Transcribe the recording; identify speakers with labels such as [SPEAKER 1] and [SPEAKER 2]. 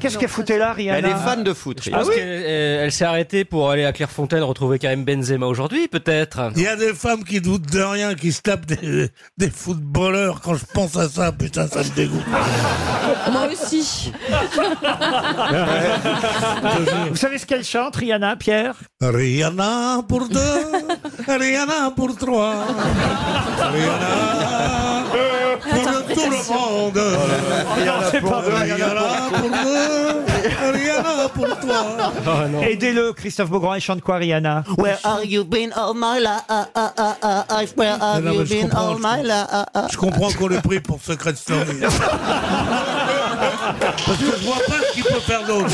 [SPEAKER 1] Qu'est-ce qu'elle foutait là, Rihanna
[SPEAKER 2] Elle est fan de foot.
[SPEAKER 3] Je pense
[SPEAKER 2] Rihanna.
[SPEAKER 3] qu'elle euh, elle s'est arrêtée pour aller à Clairefontaine retrouver Karim Benzema aujourd'hui, peut-être.
[SPEAKER 4] Il y a des femmes qui doutent de rien, qui se tapent des, des footballeurs. Quand je pense à ça, putain, ça me dégoûte.
[SPEAKER 5] Moi aussi.
[SPEAKER 1] Vous savez ce qu'elle chante, Rihanna, Pierre
[SPEAKER 4] Rihanna pour deux, Rihanna pour trois, Rihanna pour tout le monde.
[SPEAKER 1] Non, c'est pas vrai.
[SPEAKER 4] Rihanna pour deux, Rihanna pour trois.
[SPEAKER 2] Ah
[SPEAKER 1] Aidez-le, Christophe Beaugrand, elle chante quoi, Rihanna
[SPEAKER 6] Where are you been all my uh, life? Where have
[SPEAKER 4] Non, non, mais
[SPEAKER 6] you
[SPEAKER 4] je
[SPEAKER 6] been
[SPEAKER 4] comprends,
[SPEAKER 6] all
[SPEAKER 4] je
[SPEAKER 6] my uh, life?
[SPEAKER 4] Je comprends qu'on l'ait pris pour Secret Story. Parce que je vois pas ce qu'il peut faire d'autre.